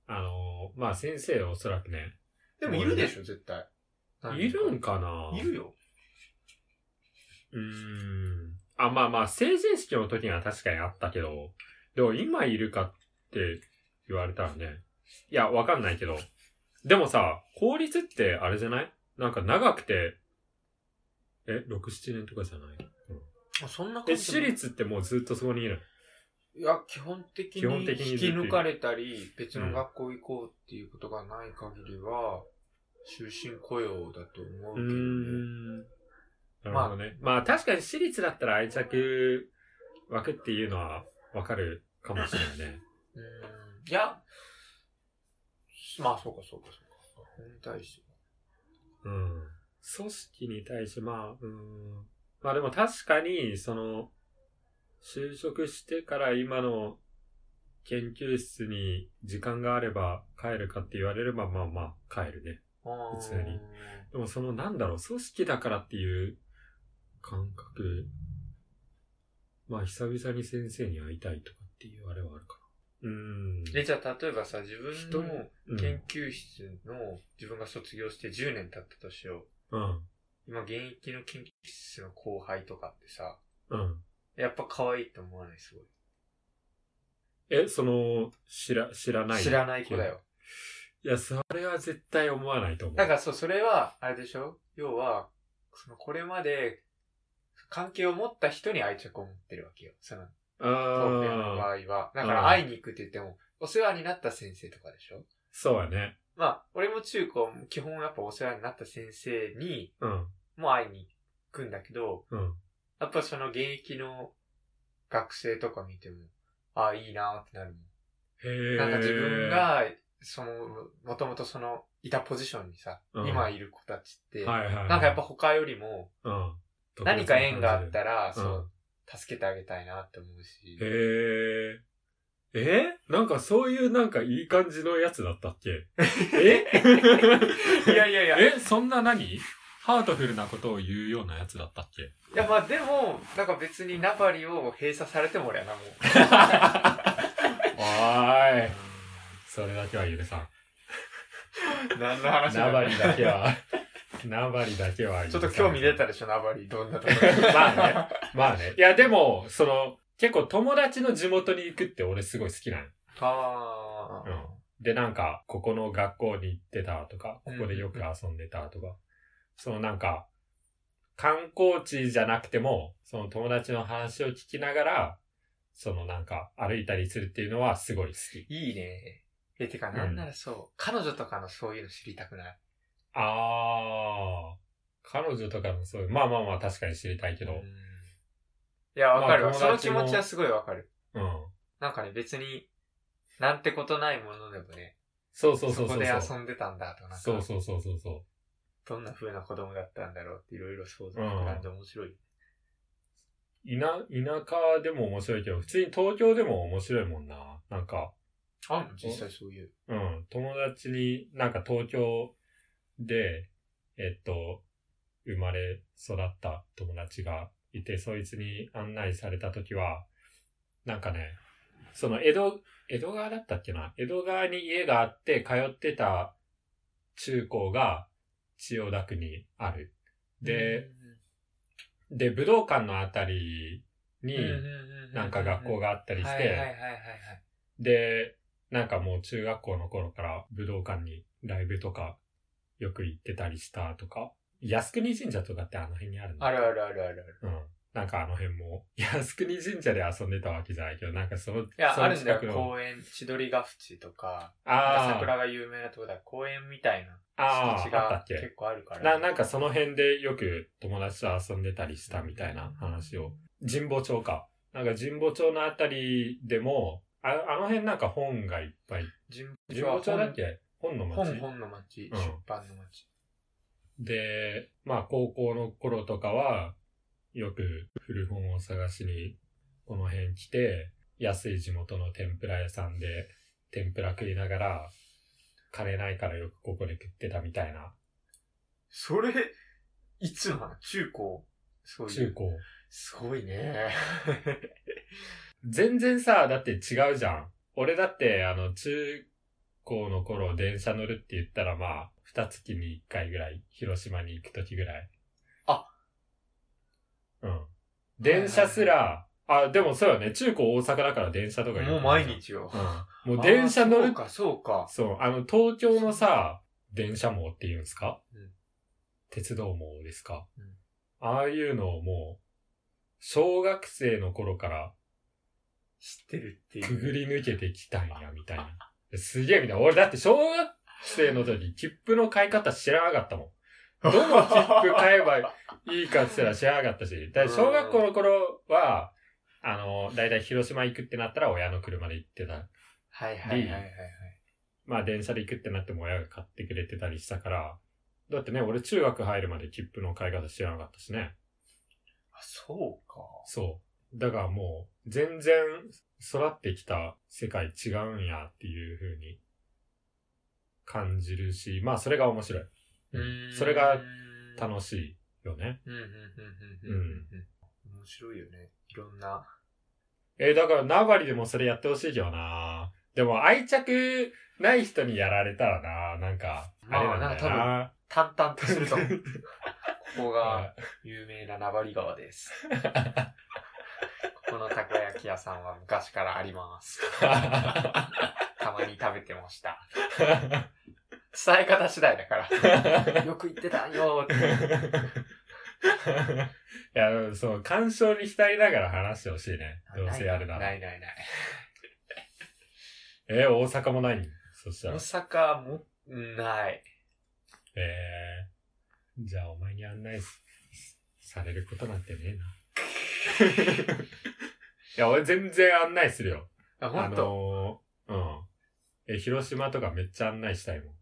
[SPEAKER 1] あのーまあ、先生おそらくね、
[SPEAKER 2] でもいるでしょ、絶対。
[SPEAKER 1] いるんかない
[SPEAKER 2] るよ。
[SPEAKER 1] うーん。あ、まあまあ、成人式の時には確かにあったけど、でも今いるかって言われたらね。いや、わかんないけど。でもさ、法律ってあれじゃないなんか長くて、え、6、7年とかじゃない
[SPEAKER 2] あそんな
[SPEAKER 1] え、
[SPEAKER 2] 感じ
[SPEAKER 1] 私立ってもうずっとそこにいる。
[SPEAKER 2] いや、基本的
[SPEAKER 1] 基本
[SPEAKER 2] に
[SPEAKER 1] 的に
[SPEAKER 2] 引き抜かれたり、別
[SPEAKER 1] う
[SPEAKER 2] の
[SPEAKER 1] ん
[SPEAKER 2] 学校行こうっていうことがない限りは、終身雇用だと思
[SPEAKER 1] うー
[SPEAKER 2] うけどね。
[SPEAKER 1] ん。なるほどね。まあ確かに私立だったら愛着枠っていうのはわかるかもしれないね。
[SPEAKER 2] うーん。いや、まあ、そうか、そうか、そうか。それに対して。
[SPEAKER 1] うん組織に対して、まあ、うん。まあでも確かに、その、就職してから今の研究室に時間があれば帰るかって言われれば、まあまあ帰るね。
[SPEAKER 2] 普
[SPEAKER 1] 普通に。でもそのなんだろう、組織だからっていう感覚。まあ久々に先生に会いたいとかっていうあれはあるかな。うん。
[SPEAKER 2] で、じゃあ、例えばさ、自
[SPEAKER 1] 人
[SPEAKER 2] 分
[SPEAKER 1] に
[SPEAKER 2] の
[SPEAKER 1] うん、
[SPEAKER 2] 研究室の、自分が卒業して10年経ったとしよう。
[SPEAKER 1] うん。
[SPEAKER 2] 今、現役の研究室の後輩とかってさ、
[SPEAKER 1] うん。
[SPEAKER 2] やっぱ可愛いと思わない、すごい。
[SPEAKER 1] え、その、知ら、知らない。
[SPEAKER 2] 知らない子だよ。
[SPEAKER 1] いや、それは絶対思わないと思う。
[SPEAKER 2] だからそう、それは、あれでしょ要は、その、これまで、関係を持った人に愛着を持ってるわけよ。その、東京の場
[SPEAKER 1] ああ、
[SPEAKER 2] 合は。だか
[SPEAKER 1] うん
[SPEAKER 2] ら、会いに行くって言っても、お世話になった先生とかでしょ
[SPEAKER 1] そうやね。
[SPEAKER 2] まあ、俺も中高、基本やっぱお世話になった先生に、
[SPEAKER 1] うん、
[SPEAKER 2] も会いに行くんだけど、
[SPEAKER 1] うん。
[SPEAKER 2] やっぱその現役の学生とか見ても、ああ、いいなーってなるもん。
[SPEAKER 1] へえ。
[SPEAKER 2] なんか自分、が、その、もともとその、いたポジションにさ、
[SPEAKER 1] うん
[SPEAKER 2] 今いる子たちって、
[SPEAKER 1] はいはいはい、
[SPEAKER 2] なんかやっぱ他よりも、
[SPEAKER 1] うん、
[SPEAKER 2] 何か縁があったら、
[SPEAKER 1] う
[SPEAKER 2] そ
[SPEAKER 1] ん
[SPEAKER 2] う、助けてあげたいなって思うし。
[SPEAKER 1] へえ。えなんかそういうなんかいい感じのやつだったっけ
[SPEAKER 2] (laughs)
[SPEAKER 1] え
[SPEAKER 2] (laughs) いやいやいや。い
[SPEAKER 1] え、そんな何ハートフルなことを言うようなやつだったっけ
[SPEAKER 2] や、まあでも、なんか別にナバリを閉鎖されても俺はな、もう。
[SPEAKER 1] おーい。それだけは許さん。
[SPEAKER 2] 何の話
[SPEAKER 1] ナ
[SPEAKER 2] だ
[SPEAKER 1] バリだけは、ナバリだけは許
[SPEAKER 2] ち
[SPEAKER 1] さ
[SPEAKER 2] ょ
[SPEAKER 1] ん
[SPEAKER 2] っと興味出たでしょ、ナバリ。どんな
[SPEAKER 1] (laughs)
[SPEAKER 2] ところ
[SPEAKER 1] まあね。まあね。いや、でも、その、結構友達の地元に行くって俺すごい好きなの。
[SPEAKER 2] あ
[SPEAKER 1] うんで、なんか、ここの学校に行ってたとか、ここでよく
[SPEAKER 2] うん
[SPEAKER 1] 遊んでたとか、そのなんか、観光地じゃなくても、その友達の話を聞きながら、そのなんか、歩いたりするっていうのはすごい好き。
[SPEAKER 2] いいね。え、てか、なんならそう、彼女とかのそういうの知りたくない
[SPEAKER 1] あー。彼女とかもそういう、まあまあまあ確かに知りたいけど
[SPEAKER 2] う、んいや、わかるわ、
[SPEAKER 1] まあ
[SPEAKER 2] そ
[SPEAKER 1] 友
[SPEAKER 2] の気
[SPEAKER 1] 達も
[SPEAKER 2] 持ちはすごいわかる。
[SPEAKER 1] うん。
[SPEAKER 2] なんかね、別に、なんてことないものでもね、
[SPEAKER 1] そうそうそう
[SPEAKER 2] そ
[SPEAKER 1] そう
[SPEAKER 2] こで
[SPEAKER 1] そう。
[SPEAKER 2] 遊んでたんだとか、なん
[SPEAKER 1] そう
[SPEAKER 2] か、
[SPEAKER 1] そうそうそうそう。
[SPEAKER 2] どんな風な子供だったんだろうっていろいろ想像
[SPEAKER 1] うん
[SPEAKER 2] なんで面白い。
[SPEAKER 1] 田、田舎でも面白いけど、普通に東京でも面白いもんな。なんか、
[SPEAKER 2] あんの実際そういう。
[SPEAKER 1] うん、友達になんか東京で、えっと、生まれ育った友達がいて、そいつに案内された時は、なんかね、その江戸、江戸川だったっけな江戸川に家があって通ってた中高が千代田区にある。で、で、武道館のあたりに、
[SPEAKER 2] うん、
[SPEAKER 1] なんか学校があったりして、
[SPEAKER 2] はいはいはいはいはい。
[SPEAKER 1] で、なんかもう中学校の頃から武道館にライブとかよく行ってたりしたとか、靖国神社とかってあの辺にあるの
[SPEAKER 2] あるあるあるあるある。
[SPEAKER 1] うん。なんかあの辺も、靖国神社で遊んでたわけじゃないけど、なんかその、
[SPEAKER 2] いや、
[SPEAKER 1] そ
[SPEAKER 2] あ
[SPEAKER 1] の
[SPEAKER 2] るんだ
[SPEAKER 1] 近く
[SPEAKER 2] よ。
[SPEAKER 1] の、
[SPEAKER 2] 公園、千鳥ヶ淵とか、
[SPEAKER 1] あー
[SPEAKER 2] 桜が有名なとこだ。公園みたいな
[SPEAKER 1] あ
[SPEAKER 2] 敷地
[SPEAKER 1] ー、あった
[SPEAKER 2] が
[SPEAKER 1] っけ
[SPEAKER 2] 結構あるから。
[SPEAKER 1] な、なんかその辺でよく友達と遊んでたりしたみたいな話を。神保町か。なんか神保町のあたりでも、ああの辺なんか本がいっぱい。
[SPEAKER 2] 神
[SPEAKER 1] 神保町だっけ本の
[SPEAKER 2] 本
[SPEAKER 1] 町
[SPEAKER 2] 本の町、
[SPEAKER 1] うん
[SPEAKER 2] 出版の町。
[SPEAKER 1] で、まあ高校の頃とかは、よく古本を探しに、この辺来て、安い地元の天ぷら屋さんで、天ぷら食いながら、金ないからよくここで食ってたみたいな、
[SPEAKER 2] それ、いつなの中高。そういう。
[SPEAKER 1] 中。高。
[SPEAKER 2] すごいね。
[SPEAKER 1] 全然さ、だって違うじゃん。俺だって、あの、中高の頃電車乗るって言ったらまあ、二月に一回ぐらい、広島に行く時ぐらい。
[SPEAKER 2] あ
[SPEAKER 1] うん。電車すら、あ、でもそうよね、中高大阪だから電車とか言
[SPEAKER 2] もう毎。日よ。 (laughs)
[SPEAKER 1] うん。もう電車乗
[SPEAKER 2] あーそ
[SPEAKER 1] る
[SPEAKER 2] う。か、そうか。
[SPEAKER 1] そう、あの、東京のさ、電車網っていうんですか、
[SPEAKER 2] うん
[SPEAKER 1] 鉄道網ですか、
[SPEAKER 2] うん
[SPEAKER 1] ああいうのをもう、小学生の頃から
[SPEAKER 2] 知ってるっていう。
[SPEAKER 1] くぐり抜けてきたんや、みたいな。すげえ、みたいな。俺だって小学生の時、切符の買い方知らなかったもん。どの切符買えばいいかすら知らなかったし。だから小学校の頃は、あの、だいたい広島行くってなったら親の車で行ってた。
[SPEAKER 2] はいはいはいはいはい。
[SPEAKER 1] まあ電車で行くってなっても親が買ってくれてたりしたから。だってね、俺中学入るまで切符の買い方知らなかったしね。
[SPEAKER 2] あ、そうか。
[SPEAKER 1] そう。だからもう、全然育ってきた世界違うんやっていう風に感じるし、まあそれが面白い。それが楽
[SPEAKER 2] しい。
[SPEAKER 1] しいよね。
[SPEAKER 2] うんうんうんうんうんうん。面白いよね。いろんな。
[SPEAKER 1] えーだからナバリでもそれやってほしいけどなでも愛着ない人にやられたらななんか、あれなんだよな。
[SPEAKER 2] ま淡々とす (laughs) ると思う。ここ
[SPEAKER 1] は
[SPEAKER 2] が有名な名張川です。ここのたこ焼き屋さんは昔からあります。たまに食べてました。伝え方次第だ (laughs) から。よく言ってたよーって。
[SPEAKER 1] (laughs) いや、でもそう、感傷に浸りながら話してほしいね。どうせやるなら。
[SPEAKER 2] ないないない。
[SPEAKER 1] えー大阪もないそした
[SPEAKER 2] 大
[SPEAKER 1] ら。
[SPEAKER 2] 阪も、 (laughs) ない。
[SPEAKER 1] えー、じゃあお前に案内すされることなんてねえな。いや、俺全然案内するよ。
[SPEAKER 2] あ、ほ
[SPEAKER 1] あ
[SPEAKER 2] んと。
[SPEAKER 1] のー、うん。え、広島とかめっちゃ案内したいもん。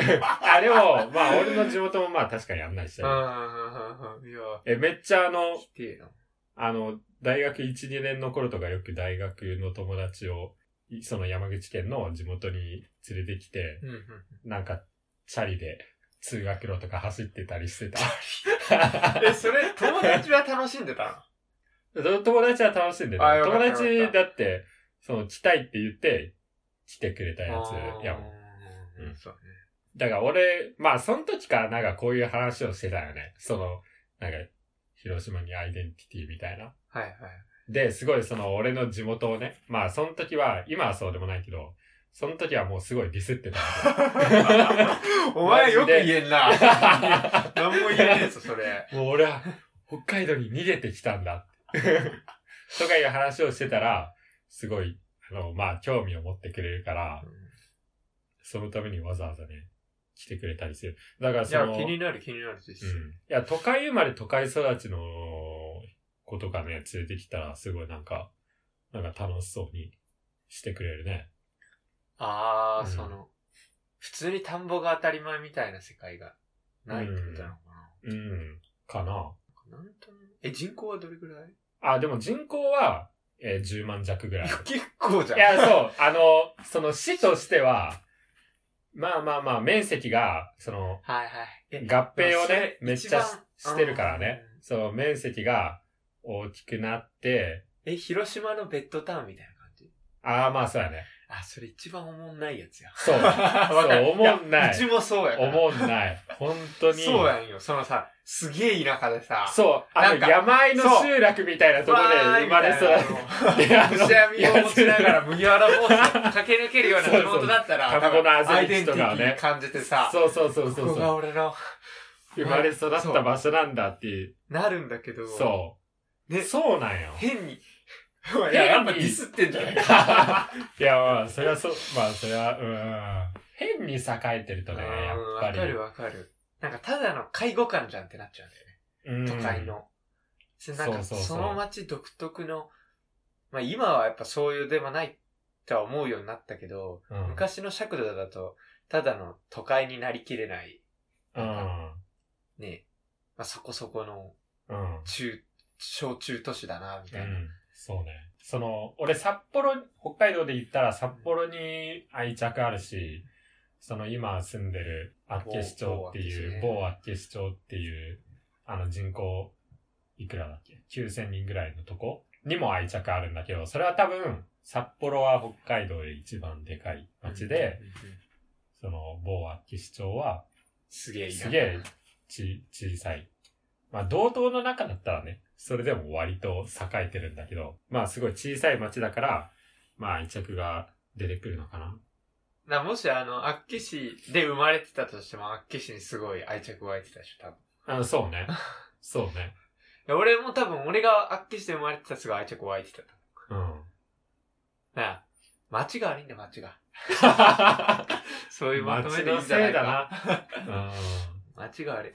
[SPEAKER 1] あ、でも、まあ俺の地元もまあ確かに案内した
[SPEAKER 2] う
[SPEAKER 1] い
[SPEAKER 2] んう
[SPEAKER 1] よ。
[SPEAKER 2] んうんうん。いや、
[SPEAKER 1] え、めっちゃあの、
[SPEAKER 2] 来てえな。
[SPEAKER 1] あの、大学1、2年の頃とかよく大学の友達を、いその山口県の地元に連れてきて、
[SPEAKER 2] うんうん。
[SPEAKER 1] なんか、チャリで通学路とか走ってたり (laughs) してた。
[SPEAKER 2] え、それ、友達は楽しんでた
[SPEAKER 1] (laughs)
[SPEAKER 2] の
[SPEAKER 1] その友達は楽しんで
[SPEAKER 2] あ
[SPEAKER 1] た。
[SPEAKER 2] よか
[SPEAKER 1] 友
[SPEAKER 2] った
[SPEAKER 1] 達
[SPEAKER 2] よかった
[SPEAKER 1] だって、その、来たいって言って、来てくれたやつやもん。
[SPEAKER 2] う
[SPEAKER 1] うんん
[SPEAKER 2] そうね。
[SPEAKER 1] だから俺、まあ、その時からなんかこういう話をしてたよね。その、なんか、広島にアイデンティティみたいな。
[SPEAKER 2] はいはい。
[SPEAKER 1] (laughs) で、すごいその俺の地元をね、まあその時は、今はそうでもないけど、その時はもうすごいディス
[SPEAKER 2] (laughs)
[SPEAKER 1] ってたん
[SPEAKER 2] お前よく言えん
[SPEAKER 1] (laughs)
[SPEAKER 2] な。
[SPEAKER 1] だ
[SPEAKER 2] 何も言えねえぞ、それ。
[SPEAKER 1] よ。もう俺は北海道に逃げてきたんだ。とかいう話をしてたら、すごい、あの、まあ興味を持ってくれるから、そのためにわざわざね、来てくれたりする。だから
[SPEAKER 2] い
[SPEAKER 1] そ
[SPEAKER 2] や、
[SPEAKER 1] の、
[SPEAKER 2] 気
[SPEAKER 1] うん、い
[SPEAKER 2] になる気になるです。
[SPEAKER 1] や、都会生まれ都会育ちの子とかね、連れてきたら、すごいなんか、なんか楽しそうにしてくれるね。
[SPEAKER 2] ああ、
[SPEAKER 1] うん
[SPEAKER 2] その、普通に田んぼが当たり前みたいな世界がないってことなのか
[SPEAKER 1] うん。かな。
[SPEAKER 2] な。なんとも。え、人口はどれぐらい
[SPEAKER 1] あ、でも人口は、えー10万弱ぐらい。い
[SPEAKER 2] 結構じゃん。
[SPEAKER 1] や、そう。あの、その市としては、まあまあまあ、面積が、その、
[SPEAKER 2] はいはい。え
[SPEAKER 1] 合併を
[SPEAKER 2] それ
[SPEAKER 1] ね、めっちゃし
[SPEAKER 2] 一番
[SPEAKER 1] してるからね
[SPEAKER 2] う。ん
[SPEAKER 1] そう、面積が大きくなって、
[SPEAKER 2] え、広島のベッドタウンみたいな感じ
[SPEAKER 1] ああ、まあそうやね。
[SPEAKER 2] あ、それ一番おもんないやつや。。
[SPEAKER 1] そう
[SPEAKER 2] (laughs) わかる
[SPEAKER 1] そうおもんない
[SPEAKER 2] やうちもそうやから。
[SPEAKER 1] 思んない。本当に。
[SPEAKER 2] そうやんよ。そのさ、すげえ田舎でさ、
[SPEAKER 1] そう。あ
[SPEAKER 2] なんか
[SPEAKER 1] の、山あいの
[SPEAKER 2] そう
[SPEAKER 1] 集落みたいなところで生まれ育
[SPEAKER 2] わ
[SPEAKER 1] っ
[SPEAKER 2] ーいみ
[SPEAKER 1] て、
[SPEAKER 2] た
[SPEAKER 1] あ
[SPEAKER 2] いな
[SPEAKER 1] の
[SPEAKER 2] むしゃみを持ちながら麦わら帽子を駆け抜けるような
[SPEAKER 1] そう
[SPEAKER 2] 地
[SPEAKER 1] そう
[SPEAKER 2] 元だったら、
[SPEAKER 1] 田んぼのあぜ道
[SPEAKER 2] アイデンティ
[SPEAKER 1] と
[SPEAKER 2] テ
[SPEAKER 1] かはね
[SPEAKER 2] ィ感じてさ、
[SPEAKER 1] (laughs) そうそうそうそう
[SPEAKER 2] こ
[SPEAKER 1] そ
[SPEAKER 2] こ
[SPEAKER 1] う
[SPEAKER 2] が。俺の、
[SPEAKER 1] 生まれ育った場所なんだっていう。
[SPEAKER 2] なるんだけど、
[SPEAKER 1] そう。
[SPEAKER 2] ね。
[SPEAKER 1] そうなんよ
[SPEAKER 2] 変に、いや、やっぱディスってんじゃないか。
[SPEAKER 1] (laughs) いや、まあ、それはそう、まあ、それは、うん。変に栄えてるとね、や
[SPEAKER 2] うん
[SPEAKER 1] っぱ
[SPEAKER 2] わ
[SPEAKER 1] り。
[SPEAKER 2] かるわかる。なんかただの介護官じゃんってなっちゃうんだよね。
[SPEAKER 1] うん
[SPEAKER 2] 都会。の。でなんか
[SPEAKER 1] そうそうそう
[SPEAKER 2] その街独特の、まあ今はやっぱそういうでもないとは思うようになったけど、
[SPEAKER 1] うん、
[SPEAKER 2] 昔の尺度だと、ただの都会になりきれない
[SPEAKER 1] う
[SPEAKER 2] なんか
[SPEAKER 1] ん。
[SPEAKER 2] ね、まあ、そこそこの
[SPEAKER 1] うん。
[SPEAKER 2] 中、小中都市だな、み
[SPEAKER 1] う
[SPEAKER 2] たいな。
[SPEAKER 1] ん。そうね。その、俺札幌、北海道で行ったら札幌に愛着あるし、その今住んでる厚岸町っていう、
[SPEAKER 2] 某
[SPEAKER 1] 某厚岸町っていう、あの人口、いくらだっけ ?9000 人ぐらいのとこにも愛着あるんだけど、それは多分、札幌は北海道で一番でかい町で、
[SPEAKER 2] うんうんうん、
[SPEAKER 1] その某厚岸町は
[SPEAKER 2] すげえ、
[SPEAKER 1] すげえ。ち、小さい。まあ、道東の中だったらね、それでも割と栄えてるんだけど、まあ、すごい小さい町だから、まあ、愛着が出てくるのかな。
[SPEAKER 2] な、もしあの、厚岸で生まれてたとしても、厚岸にすごい愛着湧いてたでしょ、多分。
[SPEAKER 1] あそうね。そうね。
[SPEAKER 2] いや俺も多分、俺が厚岸で生まれてたらすごい愛着湧いてたと (laughs)
[SPEAKER 1] うん。
[SPEAKER 2] 思う。なあ、街が悪いんだよ、街が。そういうまとめ
[SPEAKER 1] (laughs) 町
[SPEAKER 2] でいい
[SPEAKER 1] の
[SPEAKER 2] んじゃな (laughs)
[SPEAKER 1] せい
[SPEAKER 2] い
[SPEAKER 1] だ
[SPEAKER 2] か。
[SPEAKER 1] な。うん。
[SPEAKER 2] 街が悪い。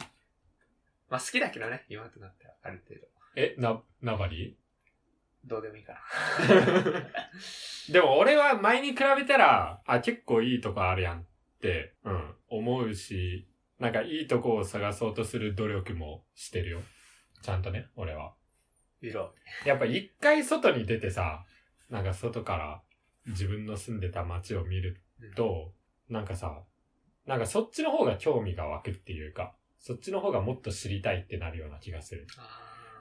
[SPEAKER 2] まあ、好きだけどね、今となっては、ある程度。
[SPEAKER 1] え、な、ナバリ
[SPEAKER 2] どうでもいいかな。
[SPEAKER 1] (laughs) でも俺は前に比べたら、あ、結構いいとこあるやんって、うん、思うし、なんかいいとこを探そうとする努力もしてるよ。ちゃんとね、俺は。
[SPEAKER 2] いろ。
[SPEAKER 1] やっぱ一回外に出てさ、なんか外から自分の住んでた街を見ると、なんかさ、なんかそっちの方が興味が湧くっていうか、そっちの方がもっと知りたいってなるような気がする。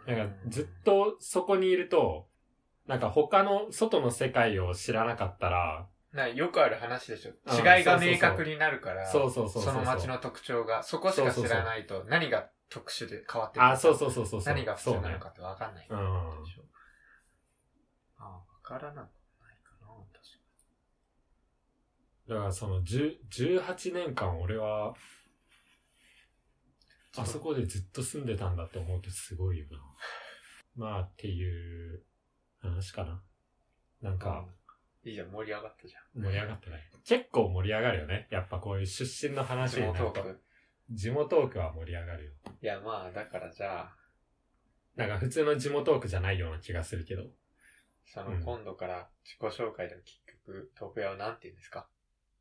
[SPEAKER 1] なんかずっとそこにいると、なんか他の外の世界を知らなかったら、
[SPEAKER 2] なよくある話でしょ。
[SPEAKER 1] うん
[SPEAKER 2] 違いが
[SPEAKER 1] そうそうそう
[SPEAKER 2] 明確になるから、
[SPEAKER 1] そうそうそうう
[SPEAKER 2] の街の特徴が、そこしか
[SPEAKER 1] そうそ
[SPEAKER 2] 知
[SPEAKER 1] うそう
[SPEAKER 2] らないと、何が特殊で変わってくる
[SPEAKER 1] あ、そうそうそうそうそう。
[SPEAKER 2] 何が普通
[SPEAKER 1] そう
[SPEAKER 2] な
[SPEAKER 1] ね
[SPEAKER 2] の。かってわかんない
[SPEAKER 1] うん。
[SPEAKER 2] でしょ。ああ、わからなくないかな、確か
[SPEAKER 1] だからその10 18年間俺は、
[SPEAKER 2] に。
[SPEAKER 1] あそこでずっと住んでたんだって思うとすごいよな。まあっていう話かな。なんか
[SPEAKER 2] うんいいじゃん、盛り上がったじゃん。
[SPEAKER 1] 盛り上がったね。結構盛り上がるよね。やっぱこういう出身の話
[SPEAKER 2] 地
[SPEAKER 1] になる
[SPEAKER 2] 元
[SPEAKER 1] と
[SPEAKER 2] ト。ーク。
[SPEAKER 1] 地元トークは盛り上がるよ。
[SPEAKER 2] いや、まあ、だからじゃあ、
[SPEAKER 1] なんか普通の地元トークじゃないような気がするけど。
[SPEAKER 2] そうの
[SPEAKER 1] ん
[SPEAKER 2] 今度から自己紹介でも結局、トーク屋はなんて言うんですか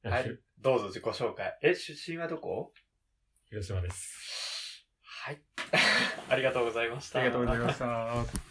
[SPEAKER 2] はい
[SPEAKER 1] ひろ
[SPEAKER 2] どうぞ自己紹介。え、出身はどこ
[SPEAKER 1] 広島です。
[SPEAKER 2] (laughs) はい。ありがとうございました。
[SPEAKER 3] ありがとうございました。